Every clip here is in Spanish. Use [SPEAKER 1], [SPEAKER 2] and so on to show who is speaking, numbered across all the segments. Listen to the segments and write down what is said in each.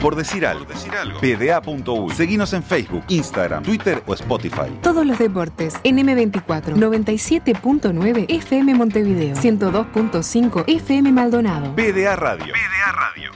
[SPEAKER 1] Por decir algo. PDA.uy. Seguinos en Facebook, Instagram, Twitter o Spotify.
[SPEAKER 2] Todos los deportes en M24 97.9 FM Montevideo 102.5 FM Maldonado.
[SPEAKER 1] PDA Radio. PDA Radio.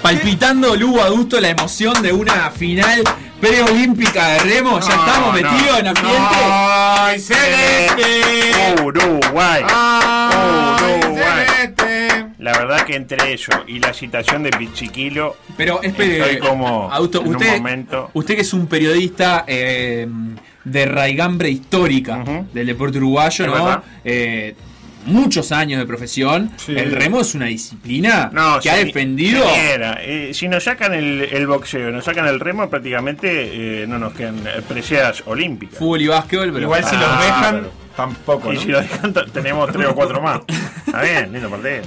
[SPEAKER 3] Palpitando Lugo Adusto la emoción de una final preolímpica de remo. ya
[SPEAKER 4] No,
[SPEAKER 3] estamos
[SPEAKER 4] no,
[SPEAKER 3] metidos en ambiente.
[SPEAKER 4] ¡Ay, celeste!
[SPEAKER 5] Uruguay.
[SPEAKER 4] ¡Ay,
[SPEAKER 5] Uruguay.
[SPEAKER 4] celeste!
[SPEAKER 5] La verdad que entre ellos y la agitación de Pichiquilo,
[SPEAKER 3] Pero espere,
[SPEAKER 5] Estoy como
[SPEAKER 3] Adusto,
[SPEAKER 5] en un
[SPEAKER 3] usted,
[SPEAKER 5] momento.
[SPEAKER 3] usted que es un periodista eh, de raigambre histórica
[SPEAKER 5] Ujú.
[SPEAKER 3] del deporte uruguayo,
[SPEAKER 5] Es
[SPEAKER 3] ¿no?
[SPEAKER 5] verdad.
[SPEAKER 3] Eh, muchos años de profesión.
[SPEAKER 4] Sí.
[SPEAKER 3] El remo es una disciplina
[SPEAKER 5] no,
[SPEAKER 3] que ha
[SPEAKER 5] se-
[SPEAKER 3] defendido.
[SPEAKER 5] se niega. Eh, si nos sacan el, el boxeo, nos sacan el remo, prácticamente eh, no nos quedan eh, preseas olímpicas.
[SPEAKER 3] Fútbol y básquetbol, pero
[SPEAKER 4] Igual si los
[SPEAKER 5] Ah,
[SPEAKER 4] dejan,
[SPEAKER 5] pero-
[SPEAKER 4] tampoco,
[SPEAKER 5] y
[SPEAKER 4] ¿no?
[SPEAKER 5] si lo dejan, t- tenemos tres o cuatro más. Está bien, lindo partido.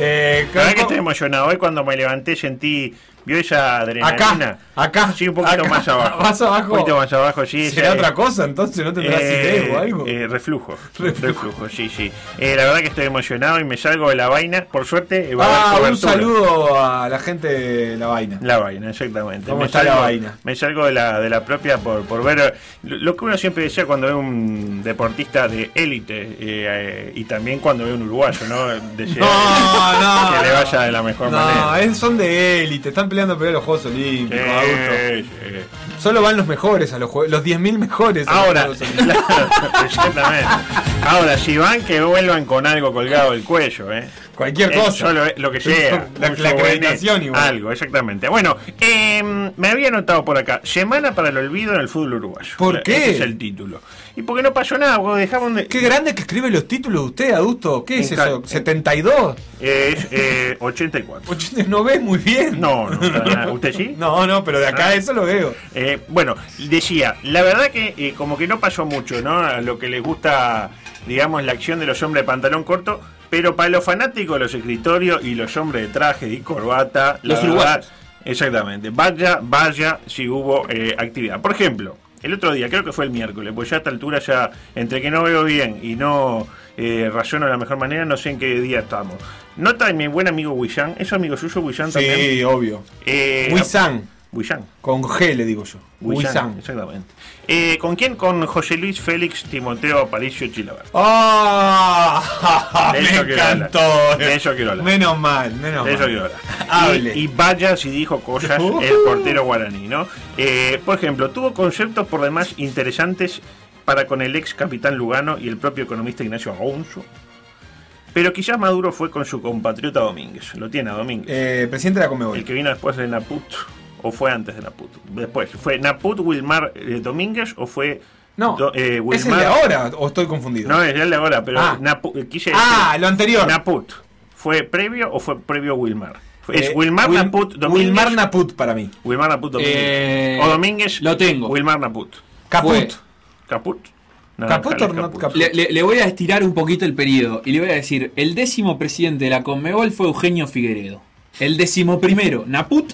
[SPEAKER 4] Eh,
[SPEAKER 5] La verdad que
[SPEAKER 4] Coco-
[SPEAKER 5] estoy emocionado. Hoy cuando me levanté sentí, vio esa adrenalina.
[SPEAKER 4] Acá, acá.
[SPEAKER 5] Sí, un poquito
[SPEAKER 4] acá.
[SPEAKER 5] más abajo.
[SPEAKER 4] Más abajo.
[SPEAKER 5] Un poquito más abajo, sí.
[SPEAKER 4] ¿Será
[SPEAKER 5] esa-
[SPEAKER 4] otra cosa entonces? ¿No tendrás
[SPEAKER 5] Eh,
[SPEAKER 4] idea o algo? Ah,
[SPEAKER 5] eh, reflujo.
[SPEAKER 4] Reflujo.
[SPEAKER 5] reflujo. sí, sí. Eh, la verdad que estoy emocionado y me salgo de la vaina. Por suerte, eh, va a
[SPEAKER 4] ah,
[SPEAKER 5] haber
[SPEAKER 4] un
[SPEAKER 5] cobertura.
[SPEAKER 4] saludo a la gente de La Vaina.
[SPEAKER 5] La vaina, exactamente.
[SPEAKER 4] ¿Cómo
[SPEAKER 5] me
[SPEAKER 4] está la vaina?
[SPEAKER 5] Me salgo de la, de la propia por, por ver lo, lo que uno siempre decía cuando ve un deportista de élite eh, eh, y también cuando ve un uruguayo, ¿no? Desea
[SPEAKER 4] No, no.
[SPEAKER 5] que le vaya de la mejor
[SPEAKER 4] No,
[SPEAKER 5] manera.
[SPEAKER 4] es- son de élite, están peleando por los Juegos Olímpicos, Augusto.
[SPEAKER 5] Sí, sí.
[SPEAKER 4] Solo van los mejores a los Juegos, los 10.000 mejores. a los
[SPEAKER 5] Ahora,
[SPEAKER 4] Juegos Olímpicos.
[SPEAKER 5] claro, exactamente. Ahora, si van, que vuelvan con algo colgado del cuello, ¿eh?
[SPEAKER 4] Cualquier
[SPEAKER 5] Eh,
[SPEAKER 4] cosa.
[SPEAKER 5] solo, eh, lo que sea.
[SPEAKER 4] La-
[SPEAKER 5] Un
[SPEAKER 4] la
[SPEAKER 5] souvenir,
[SPEAKER 4] acreditación igual.
[SPEAKER 5] Algo, exactamente. Bueno, em, me había anotado por acá. Semana para el olvido en el fútbol uruguayo.
[SPEAKER 4] ¿Por
[SPEAKER 5] Eh,
[SPEAKER 4] qué?
[SPEAKER 5] ese es el título. Y porque no pasó nada, porque dejaron de...
[SPEAKER 4] Qué grande que escribe los títulos de usted, Adusto. ¿Qué es
[SPEAKER 5] En cal-
[SPEAKER 4] eso?
[SPEAKER 5] en-
[SPEAKER 4] ¿72?
[SPEAKER 5] Eh, es, eh, 84.
[SPEAKER 4] Oye, No ves muy bien.
[SPEAKER 5] No, Ah. no, para nada. ¿Usted sí?
[SPEAKER 4] No, no, pero de acá eso lo veo.
[SPEAKER 5] Eh, bueno, decía, la verdad que eh, como que no pasó mucho, ¿no? A lo que les gusta, digamos, la acción de los hombres de pantalón corto, pero para los fanáticos, los escritorios y los hombres de traje y corbata, la
[SPEAKER 3] Los
[SPEAKER 5] verdad,
[SPEAKER 3] uruguayos.
[SPEAKER 5] Exactamente, vaya, vaya si hubo eh, actividad. Por ejemplo, el otro día, creo que fue el miércoles, pues ya a esta altura ya, entre que no veo bien y no eh, razono de la mejor manera, no sé en qué día estamos. Nota de mi buen amigo Willian, ¿es amigo suyo Willian también?
[SPEAKER 4] Sí, obvio.
[SPEAKER 5] Eh,
[SPEAKER 4] Wisan,
[SPEAKER 5] Willian.
[SPEAKER 4] con G le digo yo.
[SPEAKER 5] Wisan,
[SPEAKER 4] Wisan.
[SPEAKER 5] exactamente. Eh, ¿Con quién? Con José Luis Félix Timoteo Aparicio Chilaver.
[SPEAKER 4] ¡Ah!
[SPEAKER 5] De
[SPEAKER 4] me
[SPEAKER 5] eso quiero hablar.
[SPEAKER 4] encantó.
[SPEAKER 5] De eso quiero hablar.
[SPEAKER 4] Menos mal, menos
[SPEAKER 5] De eso
[SPEAKER 4] mal.
[SPEAKER 5] quiero hablar.
[SPEAKER 4] Hable.
[SPEAKER 5] Y, y vaya si dijo cosas
[SPEAKER 4] Uh.
[SPEAKER 5] el portero guaraní, ¿no? Eh, por ejemplo, tuvo conceptos por demás interesantes para con el ex capitán Lugano y el propio economista Ignacio Alonso. Pero quizás Maduro fue con su compatriota Domínguez. Lo tiene a Domínguez.
[SPEAKER 4] Eh, presidente de la
[SPEAKER 5] El
[SPEAKER 4] Comebol.
[SPEAKER 5] que vino después de Naput. ¿O fue antes de Naput? Después. ¿Fue Naput Wilmar eh, Domínguez o fue
[SPEAKER 4] No,
[SPEAKER 5] Do- eh,
[SPEAKER 4] ¿es el
[SPEAKER 5] Wilmar-
[SPEAKER 4] de ahora o estoy confundido?
[SPEAKER 5] No, es el de ahora, pero
[SPEAKER 4] Ah.
[SPEAKER 5] Napu- eh, quise decir-
[SPEAKER 4] ah, lo anterior.
[SPEAKER 5] Naput. ¿Fue previo o fue previo Wilmar? Es
[SPEAKER 4] Eh,
[SPEAKER 5] Wilmar
[SPEAKER 4] Wil-
[SPEAKER 5] Naput Domínguez.
[SPEAKER 4] Wilmar Naput para mí.
[SPEAKER 5] Wilmar Naput Domínguez.
[SPEAKER 3] Eh,
[SPEAKER 5] o Domínguez.
[SPEAKER 3] lo tengo.
[SPEAKER 5] Wilmar Naput.
[SPEAKER 4] Caput.
[SPEAKER 5] Caput.
[SPEAKER 4] Caput
[SPEAKER 5] Naranjales
[SPEAKER 4] o no Caput.
[SPEAKER 3] Le, le- le voy a estirar un poquito el periodo y le voy a decir, el décimo presidente de la Conmebol fue Eugenio Figueredo. El décimo primero, Naput,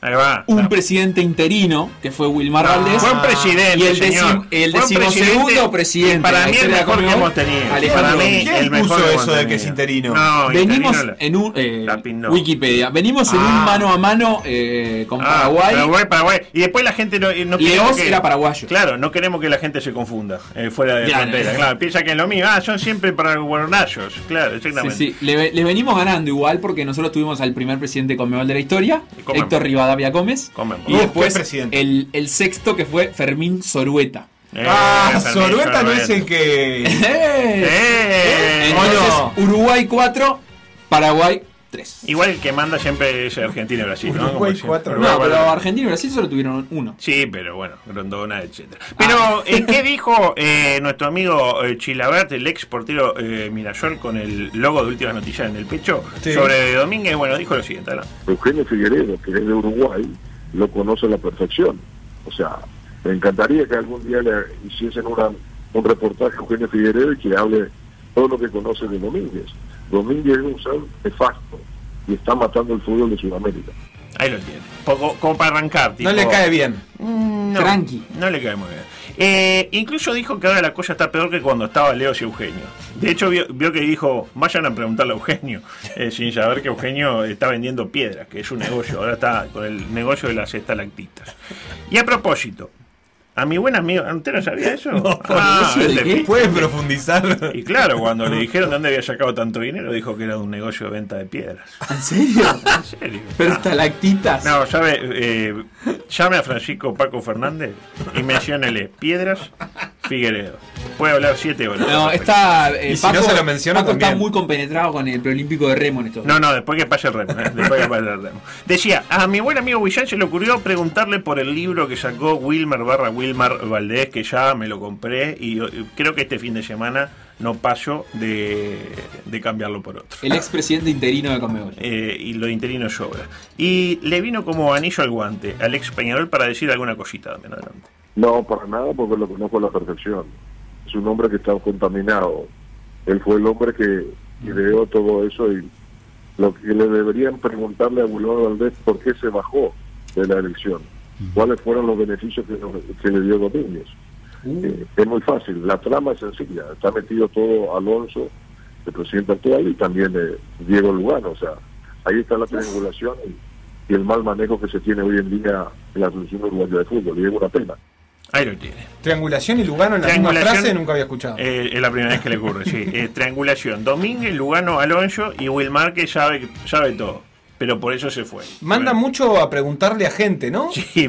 [SPEAKER 5] Ahí va.
[SPEAKER 3] un
[SPEAKER 5] Naput.
[SPEAKER 3] presidente interino, que fue Wilmar Valdés.
[SPEAKER 5] Fue un presidente,
[SPEAKER 3] Y el
[SPEAKER 5] señor.
[SPEAKER 3] décimo- el
[SPEAKER 5] Fue un
[SPEAKER 3] decimosegundo presidente
[SPEAKER 5] y Para
[SPEAKER 3] de la
[SPEAKER 5] mí el
[SPEAKER 3] historia de la
[SPEAKER 5] mejor que
[SPEAKER 3] Conmebol,
[SPEAKER 5] hemos tenido.
[SPEAKER 3] Alejandro
[SPEAKER 5] para mí
[SPEAKER 4] ¿Quién
[SPEAKER 5] el mejor
[SPEAKER 4] puso
[SPEAKER 5] hemos
[SPEAKER 4] eso de que
[SPEAKER 5] tenido.
[SPEAKER 4] es interino?
[SPEAKER 5] No,
[SPEAKER 3] Venimos
[SPEAKER 5] interino la-
[SPEAKER 3] en un eh,
[SPEAKER 5] la pindó.
[SPEAKER 3] Wikipedia, venimos en un
[SPEAKER 4] Ah.
[SPEAKER 3] mano a mano eh, con
[SPEAKER 5] Ah,
[SPEAKER 3] Paraguay.
[SPEAKER 5] Paraguay, Paraguay. Y después la gente no, eh, no
[SPEAKER 3] Leoz
[SPEAKER 5] queremos que-
[SPEAKER 3] era paraguayo.
[SPEAKER 5] Claro, no queremos que la gente se confunda eh, fuera de
[SPEAKER 3] Claro.
[SPEAKER 5] frontera. Claro, piensa que es lo mismo. Ah, son siempre paraguayos. Claro,
[SPEAKER 3] Sí,
[SPEAKER 5] exactamente.
[SPEAKER 3] sí. Le, le venimos ganando igual porque nosotros tuvimos al primer presidente Conmebol de la historia,
[SPEAKER 5] Y Conmebol.
[SPEAKER 3] Héctor Rivadavia Gómez,
[SPEAKER 5] Conmebol.
[SPEAKER 3] y
[SPEAKER 5] Uf,
[SPEAKER 4] qué
[SPEAKER 3] después
[SPEAKER 4] presidente.
[SPEAKER 3] el, el sexto que fue Fermín Sorueta.
[SPEAKER 5] Eh,
[SPEAKER 4] ah,
[SPEAKER 5] Fermín,
[SPEAKER 4] Sorueta no es el
[SPEAKER 5] Sorueta.
[SPEAKER 4] que.
[SPEAKER 3] ¡Eh!
[SPEAKER 5] Eh,
[SPEAKER 3] Entonces,
[SPEAKER 4] Hola.
[SPEAKER 3] Uruguay 4, Paraguay 3.
[SPEAKER 5] Igual el que manda siempre es Argentina y Brasil, ¿no?
[SPEAKER 4] Uruguay
[SPEAKER 5] Como siempre.
[SPEAKER 4] cuatro.
[SPEAKER 5] Uruguay
[SPEAKER 3] No, pero
[SPEAKER 5] cuatro.
[SPEAKER 3] Argentina y Brasil solo tuvieron uno.
[SPEAKER 5] Sí, pero bueno, Grondona, etcétera. Pero,
[SPEAKER 3] Ah.
[SPEAKER 5] eh, ¿qué dijo eh, nuestro amigo eh, Chilabert, el ex portero eh, Mirayol, con el logo de Últimas Noticias en el pecho
[SPEAKER 4] Sí.
[SPEAKER 5] sobre Domínguez? Bueno, dijo lo siguiente, ¿no?
[SPEAKER 6] Eugenio Figueredo, que es de Uruguay, lo conoce a la perfección. O sea, me encantaría que algún día le hiciesen una- un reportaje a Eugenio Figueredo y que hable todo lo que conoce de Domínguez. Domínguez es un ser nefasto y está matando el fútbol de Sudamérica.
[SPEAKER 5] Ahí lo tiene. Poco- como para arrancar, tipo,
[SPEAKER 4] No le cae bien.
[SPEAKER 5] Mm, no,
[SPEAKER 3] Tranqui.
[SPEAKER 5] No le cae muy bien. Eh, incluso dijo que ahora la cosa está peor que cuando estaba Leo y Eugenio. De hecho, vio, vio que dijo, vayan a preguntarle a Eugenio, eh, sin saber que Eugenio está vendiendo piedras, que es un negocio. Ahora está con el negocio de las estalactitas. Y a propósito, a mi buen amigo, ¿usted no sabía eso? Ah,
[SPEAKER 3] ¿de
[SPEAKER 5] el de
[SPEAKER 3] qué?
[SPEAKER 5] Pi-
[SPEAKER 4] ¿Puede profundizar?
[SPEAKER 5] y claro, cuando le dijeron de dónde había sacado tanto dinero, dijo que era de un negocio de venta de piedras.
[SPEAKER 3] ¿En serio?
[SPEAKER 5] ¿En serio?
[SPEAKER 3] Pero estalactitas.
[SPEAKER 5] No, sabe, eh, llame a Francisco Paco Fernández y menciónele Piedras Figueredo. Puede hablar siete horas.
[SPEAKER 3] No, está. eh,
[SPEAKER 4] Y si no se lo menciona,
[SPEAKER 3] Paco está
[SPEAKER 4] también.
[SPEAKER 3] muy compenetrado con el preolímpico de Remo en estos
[SPEAKER 5] No, no, después que pase el remo. eh, después que pase el remo. Decía, a mi buen amigo Willán se le ocurrió preguntarle por el libro que sacó Wilmer barra Wilmar Valdés, que ya me lo compré y eh, creo que este fin de semana no paso de, de cambiarlo por otro.
[SPEAKER 3] El expresidente interino de Conmebol.
[SPEAKER 5] Eh, y lo de interino sobra. Y le vino como anillo al guante al ex Peñarol para decir alguna cosita también adelante.
[SPEAKER 6] No, para nada, porque lo conozco a la perfección. Es un hombre que está contaminado. Él fue el hombre que ideó todo eso y lo que le deberían preguntarle a Bulón Valdés por qué se bajó de la elección, cuáles fueron los beneficios que, que le dio Domínguez. Eh, es muy fácil, la trama es sencilla, está metido todo Alonso, el presidente actual, y también eh, Diego Lugano, o sea, ahí está la triangulación y, y el mal manejo que se tiene hoy en día en la Asociación Uruguaya de Fútbol, y es una pena.
[SPEAKER 5] Ahí lo tiene.
[SPEAKER 4] Triangulación y Lugano en la misma
[SPEAKER 5] Triangulación.
[SPEAKER 4] frase nunca había escuchado.
[SPEAKER 5] Eh, es la primera vez que le ocurre, sí. Eh, triangulación. Domínguez, Lugano, Alonso y Wilmar que sabe, sabe todo. Pero por eso se fue.
[SPEAKER 4] Manda
[SPEAKER 5] Bueno.
[SPEAKER 4] mucho a preguntarle a gente, ¿no?
[SPEAKER 5] Sí,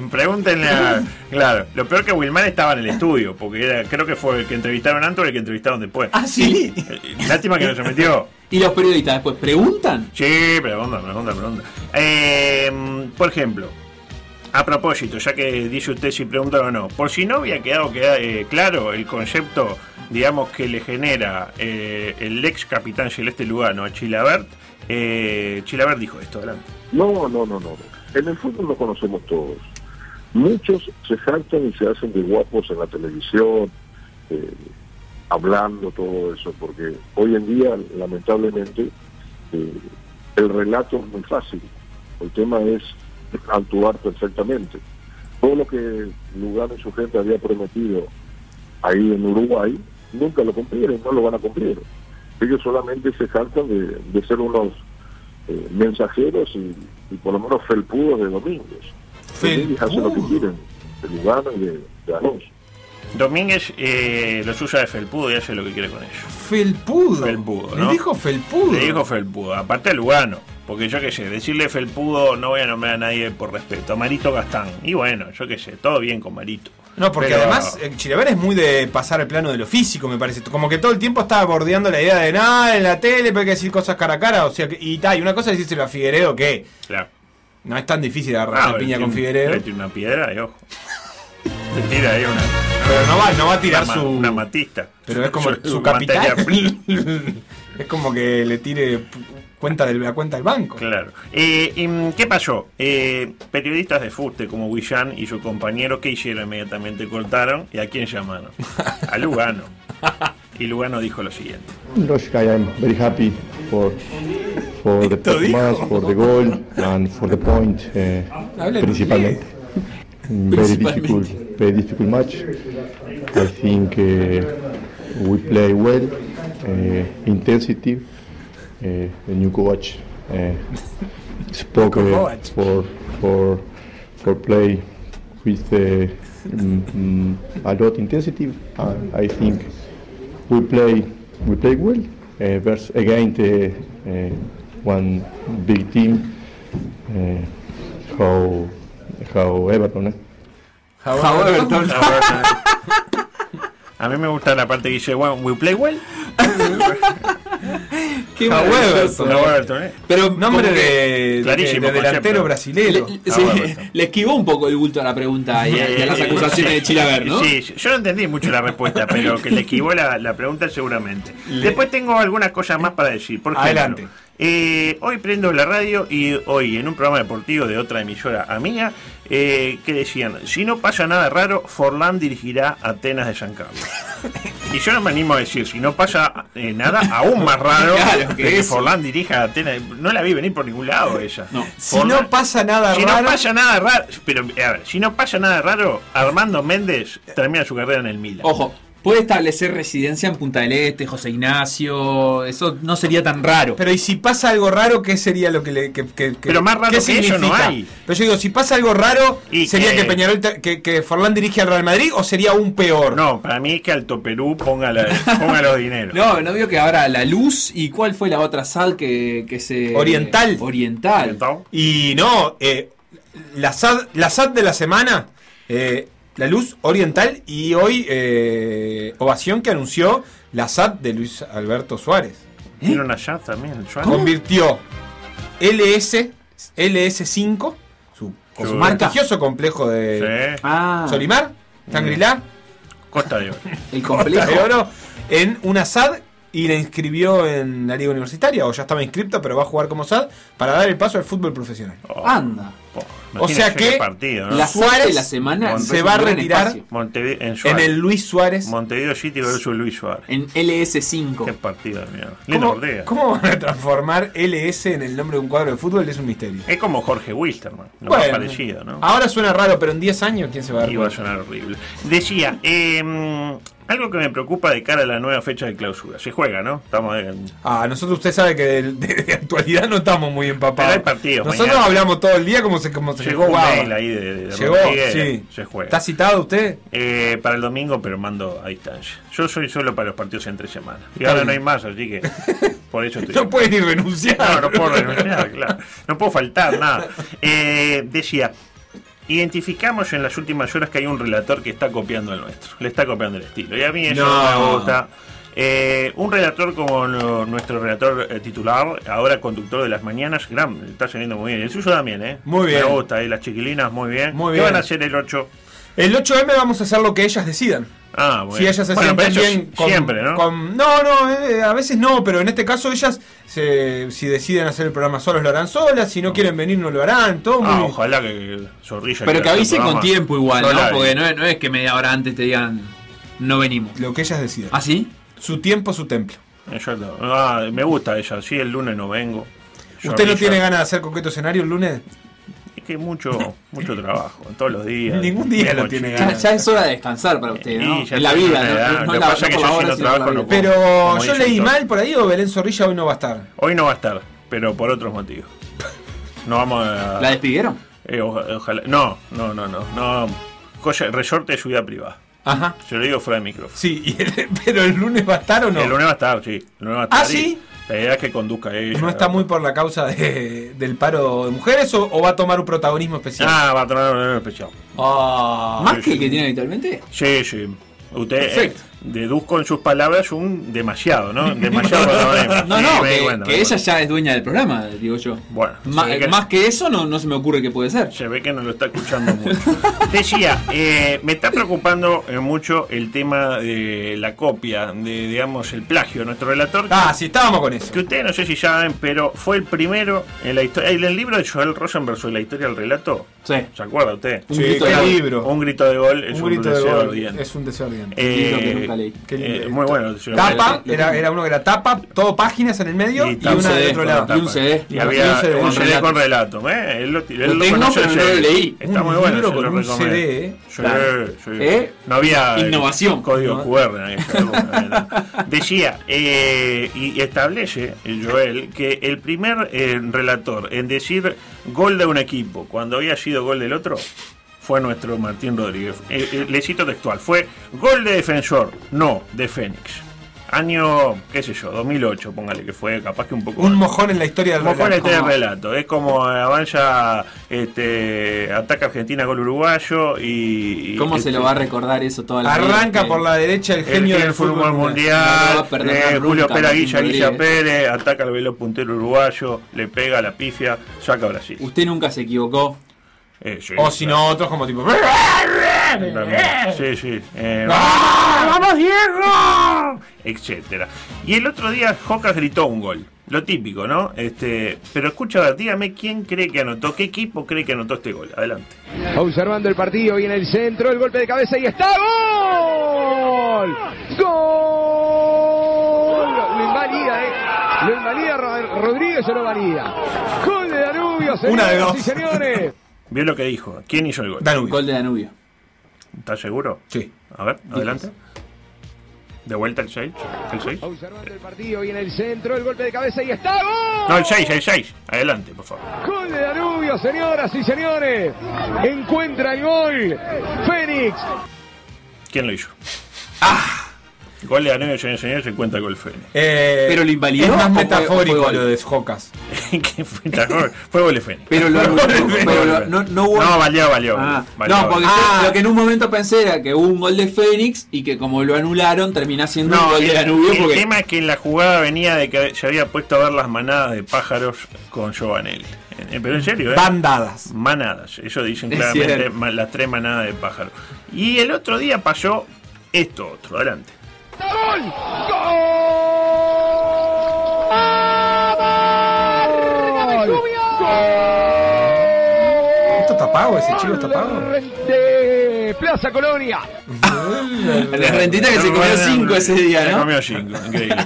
[SPEAKER 5] pregúntenle a- Claro, lo peor que Wilmar estaba en el estudio, porque era, creo que fue el que entrevistaron antes o el que entrevistaron después.
[SPEAKER 3] Ah, sí.
[SPEAKER 5] Eh, Lástima que no se metió.
[SPEAKER 3] Y los periodistas después preguntan.
[SPEAKER 5] Sí, pregunta, pregunta, pregunta. Eh, por ejemplo, a propósito, ya que dice usted si pregunta o no, por si no había quedado queda- eh, claro el concepto, digamos, que le genera eh, el ex capitán Celeste Lugano a Chilabert, eh, Chilabert dijo esto, adelante.
[SPEAKER 6] No, no, no, no. En el fútbol lo conocemos todos. Muchos se saltan y se hacen de guapos en la televisión, eh, hablando todo eso, porque hoy en día, lamentablemente, eh, el relato es muy fácil. El tema es actuar perfectamente. Todo lo que Lugano y su gente había prometido ahí en Uruguay, nunca lo cumplieron, no lo van a cumplir. Ellos solamente se saltan de, de ser unos eh, mensajeros y, y por lo menos felpudos de Domínguez. Domínguez hace lo que quieren, de Lugano y de, de Alonso.
[SPEAKER 5] Domínguez eh, los usa de felpudo y hace lo que quiere con ellos.
[SPEAKER 4] Felpudo.
[SPEAKER 5] Felpudo,
[SPEAKER 4] Le
[SPEAKER 5] ¿no?
[SPEAKER 4] dijo Felpudo.
[SPEAKER 5] Le dijo felpudo, aparte a Lugano, porque yo qué sé, decirle felpudo no voy a nombrar a nadie por respeto, a Marito Gastán. Y bueno, yo qué sé, todo bien con Marito.
[SPEAKER 4] No, porque
[SPEAKER 5] Pero-
[SPEAKER 4] además eh, Chilever es muy de pasar al plano de lo físico, me parece. Como que todo el tiempo estaba bordeando la idea de nada, en la tele, pero hay que decir cosas cara a cara. O sea, que- y tal, y una cosa es decírselo a Figueredo que
[SPEAKER 5] Claro.
[SPEAKER 4] no es tan difícil agarrar
[SPEAKER 5] Ah,
[SPEAKER 4] la
[SPEAKER 5] le
[SPEAKER 4] piña
[SPEAKER 5] tira-
[SPEAKER 4] con Figueredo.
[SPEAKER 5] le tira una piedra y ojo. Le tira ahí una.
[SPEAKER 4] Pero no va, no va a tirar
[SPEAKER 5] una, ma-
[SPEAKER 4] su.
[SPEAKER 5] una matista.
[SPEAKER 4] pero es como su capital.
[SPEAKER 5] materia prima.
[SPEAKER 4] es como que le tire pu- cuenta del, la cuenta del banco.
[SPEAKER 5] Claro. Eh, ¿y, mm, ¿Qué pasó? Eh, periodistas de fuste como Willian y su compañero, ¿qué hicieron inmediatamente? Cortaron y a quién llamaron? A Lugano. Y Lugano dijo lo siguiente.
[SPEAKER 7] Logically, I'm very happy for for the
[SPEAKER 4] Esto dijo.
[SPEAKER 7] performance, for the goal, and for the point, uh,
[SPEAKER 4] Habla en
[SPEAKER 7] principalmente. Very difficult, very difficult match. I think uh, we play well, uh, intensity. Uh, the new coach uh, spoke uh,
[SPEAKER 4] Kovac.
[SPEAKER 7] for for for play with uh, mm, mm, a lot intensity. And I think we play we play well uh, versus against uh, uh, one big team uh, how how Everton eh?
[SPEAKER 3] However,
[SPEAKER 4] ¿eh?
[SPEAKER 5] A mí me gusta la parte que dice, bueno, we play well.
[SPEAKER 3] qué
[SPEAKER 4] However,
[SPEAKER 3] maravilloso.
[SPEAKER 5] No, Everton, ¿eh?
[SPEAKER 3] Pero
[SPEAKER 4] Nombre
[SPEAKER 3] como que
[SPEAKER 4] de, de-
[SPEAKER 5] Clarísimo
[SPEAKER 4] de delantero
[SPEAKER 5] concepto.
[SPEAKER 4] brasilero.
[SPEAKER 3] le,
[SPEAKER 5] Ah,
[SPEAKER 3] sí,
[SPEAKER 5] bueno.
[SPEAKER 3] le esquivó un poco el bulto a la pregunta y a, y a las
[SPEAKER 5] Eh,
[SPEAKER 3] acusaciones
[SPEAKER 5] sí,
[SPEAKER 3] de Chilaver, ¿no?
[SPEAKER 5] Sí, sí, yo no entendí mucho la respuesta, pero que le equivocó la, la pregunta seguramente. Después tengo algunas cosas más para decir. Por ejemplo,
[SPEAKER 4] Adelante.
[SPEAKER 5] eh, hoy prendo la radio y hoy en un programa deportivo de otra emisora amiga eh, que decían, si no pasa nada raro, Forlán dirigirá Atenas de San Carlos. Y yo no me animo a decir, si no pasa eh, nada, aún más raro
[SPEAKER 3] Claro, que
[SPEAKER 5] de que
[SPEAKER 3] eso.
[SPEAKER 5] Forlán dirija a Atenas. No la vi venir por ningún lado ella.
[SPEAKER 3] No.
[SPEAKER 4] Si
[SPEAKER 5] Forlán-
[SPEAKER 4] no pasa nada
[SPEAKER 5] si
[SPEAKER 4] raro.
[SPEAKER 5] no pasa nada raro, pero a ver, si no pasa nada raro, Armando Méndez termina su carrera en el Milan.
[SPEAKER 4] Oh,
[SPEAKER 3] Ojo, puede establecer residencia en Punta del Este, José Ignacio. Eso no sería tan raro.
[SPEAKER 4] Pero y si pasa algo raro, ¿qué sería lo que le. que- que- que-
[SPEAKER 5] Pero más raro
[SPEAKER 4] ¿qué
[SPEAKER 5] que eso no
[SPEAKER 4] significa?
[SPEAKER 5] hay.
[SPEAKER 4] Pero yo digo, si pasa algo raro,
[SPEAKER 5] Y
[SPEAKER 4] ¿sería
[SPEAKER 5] que-
[SPEAKER 4] que, Peñarol te- que, que Forlán dirige al Real Madrid o sería un peor?
[SPEAKER 5] No, para mí es que Alto Perú ponga, la- ponga los dineros.
[SPEAKER 3] No, no vio que ahora la luz y cuál fue la otra sal que, que se.
[SPEAKER 4] Oriental.
[SPEAKER 3] Oriental.
[SPEAKER 5] Entonces,
[SPEAKER 4] Y no, eh, la, SAD, la SAD de la semana, eh, la luz oriental y hoy eh, ovación que anunció la SAD de Luis Alberto Suárez.
[SPEAKER 5] Tiene una jazz también, el Suárez.
[SPEAKER 4] Convirtió LS, LS5, su, con su
[SPEAKER 5] Sí.
[SPEAKER 4] prestigioso complejo de
[SPEAKER 5] Sí. Mm.
[SPEAKER 3] Ah,
[SPEAKER 4] Solimar, Tangrilá,
[SPEAKER 5] Costa de Oro.
[SPEAKER 3] el
[SPEAKER 4] Costa
[SPEAKER 3] complejo.
[SPEAKER 4] de Oro, en una SAD y la inscribió en la Liga Universitaria, o ya estaba inscripto, pero va a jugar como SAD para dar el paso al fútbol profesional.
[SPEAKER 5] Oh,
[SPEAKER 3] Anda.
[SPEAKER 5] po,
[SPEAKER 4] Ah. O sea
[SPEAKER 5] imagínate qué
[SPEAKER 4] que
[SPEAKER 5] partido, ¿no?
[SPEAKER 3] La Suárez
[SPEAKER 4] Suárez
[SPEAKER 3] de la semana
[SPEAKER 4] se va a
[SPEAKER 3] un gran
[SPEAKER 4] retirar
[SPEAKER 3] espacio.
[SPEAKER 5] Montevi- en,
[SPEAKER 4] En
[SPEAKER 5] Suárez.
[SPEAKER 4] el Luis Suárez.
[SPEAKER 5] Montevideo City versus Luis Suárez.
[SPEAKER 3] en
[SPEAKER 5] Qué
[SPEAKER 3] LS5.
[SPEAKER 5] partido, mira. Lindo
[SPEAKER 4] ¿Cómo,
[SPEAKER 5] partido.
[SPEAKER 4] cómo van a transformar LS en el nombre de un cuadro de fútbol? Es un misterio.
[SPEAKER 5] Es como Jorge Wilstermann, lo más
[SPEAKER 4] Bueno, Ah,
[SPEAKER 5] parecido, ¿no?
[SPEAKER 4] Ahora suena raro, pero en 10 años, ¿quién se va a dar
[SPEAKER 5] Iba a
[SPEAKER 4] cuenta?
[SPEAKER 5] sonar horrible. Decía, eh, algo que me preocupa de cara a la nueva fecha de clausura. Se juega, ¿no? Estamos en-
[SPEAKER 4] Ah, nosotros usted sabe que del- de, de actualidad no estamos muy empapados.
[SPEAKER 5] Pero hay partidos
[SPEAKER 4] Nosotros
[SPEAKER 5] mañana.
[SPEAKER 4] hablamos todo el día como se, como se
[SPEAKER 5] Llegó un
[SPEAKER 4] jugaba.
[SPEAKER 5] mail ahí de, de
[SPEAKER 4] Llegó,
[SPEAKER 5] Rodríguez,
[SPEAKER 4] sí.
[SPEAKER 5] Se juega.
[SPEAKER 4] ¿Está citado usted?
[SPEAKER 5] Eh, para el domingo, pero mando a distancia. Yo soy solo para los partidos entre semana. Y
[SPEAKER 4] Está
[SPEAKER 5] ahora
[SPEAKER 4] bien.
[SPEAKER 5] no hay más, así que por eso estoy.
[SPEAKER 4] No puede ni renunciar.
[SPEAKER 5] No, no puedo renunciar, claro. No puedo faltar nada. Eh, decía, identificamos en las últimas horas que hay un relator que está copiando el nuestro. Le está copiando el estilo. Y a mí eso no,
[SPEAKER 4] No.
[SPEAKER 5] me gusta. Eh, un relator como lo- nuestro relator eh, titular, ahora conductor de las mañanas, Gram, está saliendo muy bien. El suyo también, ¿eh?
[SPEAKER 4] Muy bien.
[SPEAKER 5] Me gusta, ¿eh? Las chiquilinas, muy bien.
[SPEAKER 4] Muy
[SPEAKER 5] ¿Qué
[SPEAKER 4] bien.
[SPEAKER 5] van a hacer el 8?
[SPEAKER 4] El 8M vamos a hacer lo que ellas decidan.
[SPEAKER 5] Ah, bueno.
[SPEAKER 4] Si ellas se
[SPEAKER 5] Bueno, pero
[SPEAKER 4] sienten
[SPEAKER 5] eso
[SPEAKER 4] bien
[SPEAKER 5] si-
[SPEAKER 4] con-
[SPEAKER 5] siempre, ¿no?
[SPEAKER 4] con- no, no, eh, a veces no, pero en este caso ellas, se- si deciden hacer el programa solos, lo harán solas. Si no quieren venir, no lo harán. Todo
[SPEAKER 5] Ah,
[SPEAKER 4] muy-
[SPEAKER 5] ojalá que Zorrilla.
[SPEAKER 3] Pero que
[SPEAKER 5] haga el
[SPEAKER 3] avise con
[SPEAKER 5] programa.
[SPEAKER 3] tiempo igual,
[SPEAKER 5] la
[SPEAKER 3] ¿no?
[SPEAKER 5] vi.
[SPEAKER 3] Porque no es, no es que media hora antes te digan no venimos.
[SPEAKER 4] Lo que ellas decidan.
[SPEAKER 3] ¿Ah, sí?
[SPEAKER 4] Su tiempo, su templo.
[SPEAKER 5] Eh, yo no. Ah, me gusta ella. Sí, el lunes no vengo.
[SPEAKER 4] ¿Usted no
[SPEAKER 5] Zorrilla.
[SPEAKER 4] tiene ganas de hacer coqueto escenario el lunes?
[SPEAKER 5] Es que mucho, mucho trabajo, todos los días.
[SPEAKER 4] Ningún día
[SPEAKER 5] Mismo
[SPEAKER 4] lo tiene
[SPEAKER 5] chiste.
[SPEAKER 4] ganado.
[SPEAKER 3] Ya, ya es hora de descansar para usted, ¿no?
[SPEAKER 5] Y ya
[SPEAKER 3] en la
[SPEAKER 5] tengo
[SPEAKER 3] vida,
[SPEAKER 5] una
[SPEAKER 3] ¿no?
[SPEAKER 5] edad.
[SPEAKER 3] no,
[SPEAKER 5] Lo
[SPEAKER 3] en
[SPEAKER 5] que
[SPEAKER 3] la-
[SPEAKER 5] pasa es
[SPEAKER 3] no
[SPEAKER 5] que
[SPEAKER 3] por
[SPEAKER 5] yo
[SPEAKER 3] la
[SPEAKER 5] si
[SPEAKER 3] hora, sino
[SPEAKER 5] no
[SPEAKER 3] por la
[SPEAKER 5] trabajo,
[SPEAKER 3] vida.
[SPEAKER 5] no
[SPEAKER 4] Pero
[SPEAKER 5] Como
[SPEAKER 4] yo
[SPEAKER 5] dice
[SPEAKER 4] leí
[SPEAKER 5] Héctor.
[SPEAKER 4] mal por ahí o Belén Zorrilla hoy no va a estar.
[SPEAKER 5] Hoy no va a estar, pero por otros motivos. No vamos a.
[SPEAKER 3] ¿La despidieron?
[SPEAKER 5] eh, oja- ojalá. No, no, no, no. no. Cosa- resorte de su vida privada.
[SPEAKER 4] Ajá.
[SPEAKER 5] Se lo digo fuera de micrófono.
[SPEAKER 4] Sí, y el- pero el lunes va a estar o no.
[SPEAKER 5] El lunes va a estar, sí. El lunes va a
[SPEAKER 4] ¿Ah,
[SPEAKER 5] estar y
[SPEAKER 4] sí?
[SPEAKER 5] La idea es que conduzca ella.
[SPEAKER 4] ¿No está muy por la causa de- del paro de mujeres o, o va a tomar un protagonismo especial?
[SPEAKER 5] Ah, va a tomar un especial.
[SPEAKER 4] Ah.
[SPEAKER 3] ¿Más
[SPEAKER 5] sí,
[SPEAKER 3] que el
[SPEAKER 5] sí.
[SPEAKER 3] que tiene habitualmente?
[SPEAKER 5] Sí, sí. Usted eh,
[SPEAKER 3] Perfecto.
[SPEAKER 5] deduzco en sus palabras un demasiado, ¿no? Demasiado. protagonismo.
[SPEAKER 3] No,
[SPEAKER 5] Sí,
[SPEAKER 3] no,
[SPEAKER 5] me di
[SPEAKER 3] que,
[SPEAKER 5] cuenta,
[SPEAKER 3] que
[SPEAKER 5] me di
[SPEAKER 3] ella
[SPEAKER 5] cuenta.
[SPEAKER 3] ya es dueña del programa, digo yo.
[SPEAKER 5] Bueno,
[SPEAKER 3] Ma-
[SPEAKER 5] se ve que-
[SPEAKER 3] Más que eso no, no se me ocurre que puede ser.
[SPEAKER 5] Se ve que no lo está escuchando mucho. Decía, eh, me está preocupando eh, mucho el tema de la copia, de digamos el plagio. Nuestro relator,
[SPEAKER 4] Ah, sí, estábamos con eso.
[SPEAKER 5] que ustedes no sé si saben, pero fue el primero en la historia. En el libro de Joel Rosenberg sobre la historia del relato,
[SPEAKER 3] Sí.
[SPEAKER 5] ¿se acuerda usted?
[SPEAKER 3] Un grito de
[SPEAKER 4] qué
[SPEAKER 3] gol.
[SPEAKER 4] libro.
[SPEAKER 5] Un grito de gol es un,
[SPEAKER 4] Un grito de
[SPEAKER 5] deseo
[SPEAKER 4] gol.
[SPEAKER 5] ardiente.
[SPEAKER 4] Es un deseo ardiente.
[SPEAKER 5] Eh,
[SPEAKER 3] Libro que nunca leí.
[SPEAKER 4] Qué lindo.
[SPEAKER 5] eh, muy bueno. el deseo ardiente.
[SPEAKER 4] Tapa, era, era uno que era tapa, todo páginas en el medio y,
[SPEAKER 5] Y tapa,
[SPEAKER 4] una
[SPEAKER 5] CD,
[SPEAKER 4] de otro
[SPEAKER 5] con
[SPEAKER 4] lado.
[SPEAKER 5] tapa.
[SPEAKER 3] Y un CD.
[SPEAKER 5] Y había
[SPEAKER 4] Un CD
[SPEAKER 5] un
[SPEAKER 4] con
[SPEAKER 5] CD con relato. ¿eh? Él lo, él
[SPEAKER 3] Lo tengo,
[SPEAKER 5] conoce,
[SPEAKER 3] pero no
[SPEAKER 5] sí.
[SPEAKER 3] lo leí.
[SPEAKER 5] Está
[SPEAKER 4] Un
[SPEAKER 5] muy bueno.
[SPEAKER 4] libro
[SPEAKER 5] se
[SPEAKER 4] con
[SPEAKER 5] lo
[SPEAKER 4] un
[SPEAKER 5] recomiendo.
[SPEAKER 4] CD, ¿eh?
[SPEAKER 5] Sí,
[SPEAKER 3] Claro.
[SPEAKER 5] sí.
[SPEAKER 3] ¿Eh?
[SPEAKER 5] No había eh,
[SPEAKER 3] Innovación.
[SPEAKER 5] código
[SPEAKER 4] No.
[SPEAKER 5] QR en aquella época, la verdad. Decía, eh, y establece eh, Joel que el primer eh, relator en decir gol de un equipo cuando había sido gol del otro fue nuestro Martín Rodríguez. Eh, eh, le cito textual, fue gol de defensor, no de Fénix. Año, qué sé yo, 2008, póngale que fue, capaz que un poco...
[SPEAKER 4] Un
[SPEAKER 5] más.
[SPEAKER 4] mojón en la historia del
[SPEAKER 5] Como fue en el
[SPEAKER 4] relato.
[SPEAKER 5] tema del relato, es como avanza, este, ataca Argentina gol uruguayo y... y-
[SPEAKER 3] ¿Cómo se
[SPEAKER 5] este,
[SPEAKER 3] lo va a recordar eso toda la vida?
[SPEAKER 4] Arranca por la derecha el
[SPEAKER 5] el
[SPEAKER 4] genio
[SPEAKER 5] del fútbol
[SPEAKER 3] No lo va
[SPEAKER 5] mundial,
[SPEAKER 3] a perdonar
[SPEAKER 5] eh, Julio
[SPEAKER 3] nunca,
[SPEAKER 5] Pera
[SPEAKER 3] Martín
[SPEAKER 5] Guilla, Guilla
[SPEAKER 3] Rodríguez.
[SPEAKER 5] Pérez, ataca al velo puntero uruguayo, le pega a la pifia, saca a Brasil.
[SPEAKER 3] Usted nunca se equivocó.
[SPEAKER 5] Eh, sí,
[SPEAKER 4] O si no, eh. otros como tipo.
[SPEAKER 5] También. Sí, sí. Eh,
[SPEAKER 4] ¡Ah!
[SPEAKER 5] ¡Vamos, Diego! Etcétera. Y el otro día Jocas gritó un gol. Lo típico, ¿no? Este, pero escucha, a ver, dígame quién cree que anotó, qué equipo cree que anotó este gol. Adelante.
[SPEAKER 8] Observando el partido, viene el centro, el golpe de cabeza y está gol. Gol. Lo invalida, ¿eh? Lo invalida Ro- Rodríguez o lo valida. Gol de Danubio, señores
[SPEAKER 4] Una de dos.
[SPEAKER 8] y señores.
[SPEAKER 5] Vio lo que dijo. ¿Quién hizo el gol?
[SPEAKER 4] Danubio.
[SPEAKER 3] Gol de Danubio.
[SPEAKER 5] ¿Estás seguro?
[SPEAKER 4] Sí.
[SPEAKER 5] A ver, adelante. De vuelta el 6. El 6.
[SPEAKER 8] Observando el partido, viene el centro, el golpe de cabeza y está gol.
[SPEAKER 5] No, el 6, el 6. Adelante, por favor.
[SPEAKER 8] Gol de Danubio, señoras y señores. Encuentra el gol. Fénix.
[SPEAKER 5] ¿Quién lo hizo? ¡Ah! Gol de Danubio, señor, señor, se cuenta gol Fénix.
[SPEAKER 4] Eh,
[SPEAKER 3] Pero lo invalidó,
[SPEAKER 4] Es
[SPEAKER 3] ¿o
[SPEAKER 4] más
[SPEAKER 3] fue-
[SPEAKER 4] metafórico
[SPEAKER 3] o fue gol?
[SPEAKER 4] lo de Jocas.
[SPEAKER 5] ¿Qué fue? Gol- Fue gol de Fénix.
[SPEAKER 3] Pero lo anuló,
[SPEAKER 5] Gol de Fénix.
[SPEAKER 3] pero lo- no- no hubo-
[SPEAKER 5] valió, valió.
[SPEAKER 3] Ah,
[SPEAKER 5] valió,
[SPEAKER 3] no, porque
[SPEAKER 5] valió.
[SPEAKER 4] Ah.
[SPEAKER 3] yo- lo que en un momento pensé era que hubo un gol de Fénix y que como lo anularon termina siendo un
[SPEAKER 5] No,
[SPEAKER 3] gol
[SPEAKER 5] el,
[SPEAKER 3] de Danubio
[SPEAKER 5] el
[SPEAKER 3] porque
[SPEAKER 5] tema es que en la jugada venía de que se había puesto a ver las manadas de pájaros con Giovanelli. Eh, Pero en serio, ¿eh?
[SPEAKER 4] Bandadas.
[SPEAKER 5] manadas. Ellos dicen
[SPEAKER 3] Es
[SPEAKER 5] claramente
[SPEAKER 3] cierto.
[SPEAKER 5] ma- las tres manadas de pájaros. Y el otro día pasó esto otro. Adelante.
[SPEAKER 8] ¡Gol! ¡Gol!
[SPEAKER 4] ¿Esto está pago? ¿Ese chico está pago?
[SPEAKER 8] De Plaza Colonia.
[SPEAKER 3] la rentita que se comió
[SPEAKER 5] Bueno,
[SPEAKER 3] 5 ese
[SPEAKER 5] Se
[SPEAKER 3] día, ¿no?
[SPEAKER 5] comió cinco, increíble.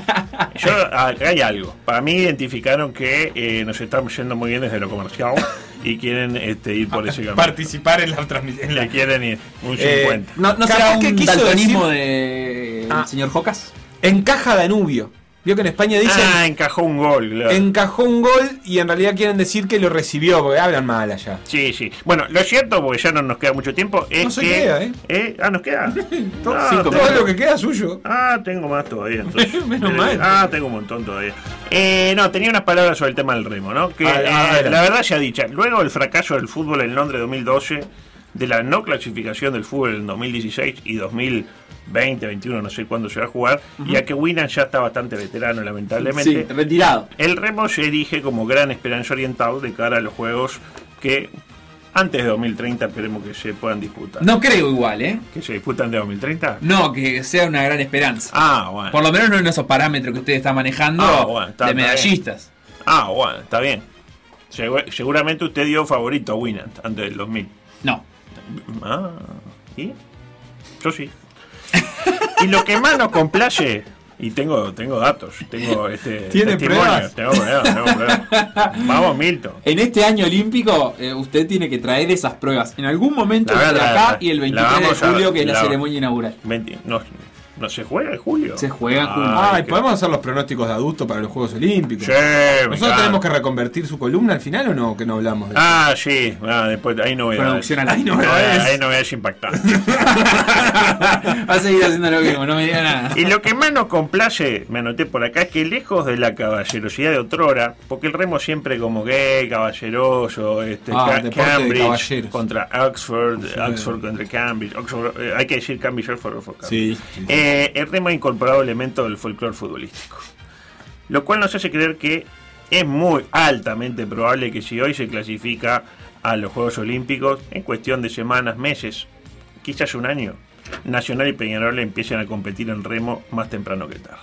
[SPEAKER 5] Yo, acá hay algo. Para mí identificaron que eh, nos estamos yendo muy bien desde lo comercial y quieren este, ir por ese camino.
[SPEAKER 4] Participar en la transmisión. en la-
[SPEAKER 5] Le quieren ir un
[SPEAKER 4] Eh,
[SPEAKER 5] 50.
[SPEAKER 3] No, no
[SPEAKER 4] Capaz
[SPEAKER 3] será
[SPEAKER 4] que
[SPEAKER 3] un
[SPEAKER 4] quiso
[SPEAKER 3] daltonismo de
[SPEAKER 4] Ah.
[SPEAKER 3] el señor Jocas.
[SPEAKER 4] Encaja Danubio. Vio que en España dicen
[SPEAKER 5] ah, encajó un gol, claro.
[SPEAKER 4] encajó un gol y en realidad quieren decir que lo recibió, porque hablan mal allá.
[SPEAKER 5] Sí, sí. Bueno, lo cierto, porque ya no nos queda mucho tiempo, es
[SPEAKER 4] No se
[SPEAKER 5] que.
[SPEAKER 4] queda, ¿eh?
[SPEAKER 5] Ah, nos queda.
[SPEAKER 4] Todo,
[SPEAKER 5] Ah,
[SPEAKER 4] todo
[SPEAKER 5] tengo-
[SPEAKER 4] lo que queda es suyo.
[SPEAKER 5] Ah, tengo más todavía. entonces.
[SPEAKER 4] Menos
[SPEAKER 5] Eh,
[SPEAKER 4] mal.
[SPEAKER 5] Ah, tengo un montón todavía. Eh, no, tenía unas palabras sobre el tema del remo, ¿no? Que
[SPEAKER 4] Ah,
[SPEAKER 5] eh,
[SPEAKER 4] adelante.
[SPEAKER 5] la verdad ya dicha. Luego del fracaso del fútbol en Londres 2012, de la no clasificación del fútbol en 2016 y 2020, 21, no sé cuándo se va a jugar, ya que Winan ya está bastante veterano, lamentablemente.
[SPEAKER 3] Sí, Eh, retirado.
[SPEAKER 5] El remo se erige como gran esperanza oriental de cara a los juegos que antes de 2030 esperemos que se puedan disputar.
[SPEAKER 3] No creo igual, ¿eh?
[SPEAKER 5] ¿Que se disputan de 2030?
[SPEAKER 3] No, que sea una gran esperanza.
[SPEAKER 5] Ah, bueno.
[SPEAKER 3] Por lo menos no en esos parámetros que usted está manejando
[SPEAKER 5] Ah, bueno, está-
[SPEAKER 3] de
[SPEAKER 5] está bien.
[SPEAKER 3] medallistas.
[SPEAKER 5] Ah, bueno, está bien. Segu- seguramente usted dio favorito a Winant antes del 2000.
[SPEAKER 3] No.
[SPEAKER 5] Ah, ¿y? Yo sí. y lo que más nos complace, y tengo, tengo datos, tengo este
[SPEAKER 4] ¿Tiene pruebas?
[SPEAKER 5] tengo pruebas, tengo pruebas. Vamos, Milton.
[SPEAKER 3] En este año olímpico eh, usted tiene que traer esas pruebas. En algún momento
[SPEAKER 5] La
[SPEAKER 3] entre
[SPEAKER 5] verdad,
[SPEAKER 3] acá
[SPEAKER 5] la-
[SPEAKER 3] y el
[SPEAKER 5] la
[SPEAKER 3] 23
[SPEAKER 5] vamos
[SPEAKER 3] de
[SPEAKER 5] a-
[SPEAKER 3] julio que es la,
[SPEAKER 5] la-
[SPEAKER 3] ceremonia inaugural.
[SPEAKER 5] Veinti- no, no se juega en julio.
[SPEAKER 3] Se juega en julio.
[SPEAKER 5] Ay, qué-
[SPEAKER 4] Ay, Ah, podemos hacer los pronósticos de adulto para los Juegos Olímpicos.
[SPEAKER 5] Ah, Sí, me
[SPEAKER 4] Nosotros
[SPEAKER 5] encanta.
[SPEAKER 4] tenemos que reconvertir su columna al final o no, que no hablamos de
[SPEAKER 5] Ah, sí, ah, después hay novedades.
[SPEAKER 3] Producción a la-
[SPEAKER 5] hay novedades. Hay novedades impactantes.
[SPEAKER 3] Va a seguir haciendo lo mismo, no me diga nada.
[SPEAKER 5] Y lo que más nos complace, me anoté por acá, es que lejos de la caballerosidad de otrora, porque el remo siempre como gay, caballeroso, este,
[SPEAKER 4] Ah,
[SPEAKER 5] Ca-
[SPEAKER 4] deporte de
[SPEAKER 5] Cambridge
[SPEAKER 4] caballeros.
[SPEAKER 5] contra Oxford, Oxford contra Cambridge, Oxford, eh, hay que decir Cambridge, Oxford, Oxford, Cambridge.
[SPEAKER 4] Sí, sí, sí.
[SPEAKER 5] Eh, el remo ha incorporado elementos del folclore futbolístico, lo cual nos hace creer que es muy altamente probable que si hoy se clasifica a los Juegos Olímpicos, en cuestión de semanas, meses, quizás un año, Nacional y Peñarol empiecen a competir en remo más temprano que tarde.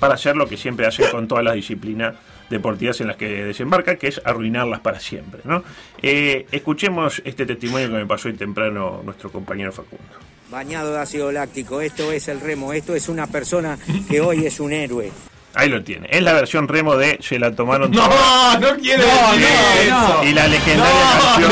[SPEAKER 5] Para hacer lo que siempre hacen con todas las disciplinas deportivas en las que desembarca, que es arruinarlas para siempre. ¿no? Eh, escuchemos este testimonio que me pasó hoy temprano nuestro compañero Facundo.
[SPEAKER 9] Bañado de ácido láctico, esto es el remo, esto es una persona que hoy es un héroe.
[SPEAKER 5] Ahí lo tiene. Es la versión remo de Se la tomaron
[SPEAKER 4] No,
[SPEAKER 5] todas".
[SPEAKER 4] no quiero
[SPEAKER 3] No,
[SPEAKER 4] decir
[SPEAKER 3] no,
[SPEAKER 4] eso.
[SPEAKER 5] Y la legendaria
[SPEAKER 4] No,
[SPEAKER 5] canción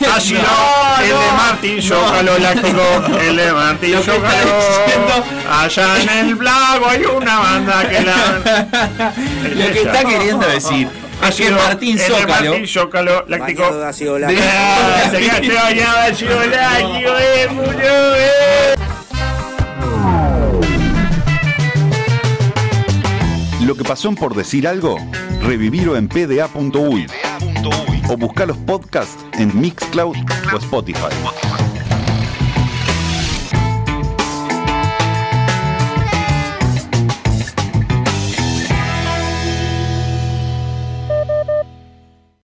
[SPEAKER 4] no,
[SPEAKER 3] no.
[SPEAKER 5] ha sido
[SPEAKER 4] No,
[SPEAKER 5] el de
[SPEAKER 4] no,
[SPEAKER 5] Martín
[SPEAKER 4] no.
[SPEAKER 5] Zócalo Láctico, el de Martín
[SPEAKER 3] Lo que está
[SPEAKER 5] Zócalo.
[SPEAKER 3] diciendo-
[SPEAKER 5] Allá en el Blago hay una banda que la. Es
[SPEAKER 3] Lo que
[SPEAKER 5] esa.
[SPEAKER 3] está queriendo decir
[SPEAKER 5] Ha
[SPEAKER 3] es que
[SPEAKER 5] sido
[SPEAKER 3] Martín
[SPEAKER 5] el de
[SPEAKER 3] Zócalo.
[SPEAKER 5] Martín Zócalo Láctico.
[SPEAKER 9] Bañado de ácido láctico.
[SPEAKER 5] Ah, se quedaste bañado de ácido láctico, eh, Julio, eh.
[SPEAKER 1] Lo que pasó en por decir algo, revivirlo en pda.uy o buscar los podcasts en Mixcloud o Spotify.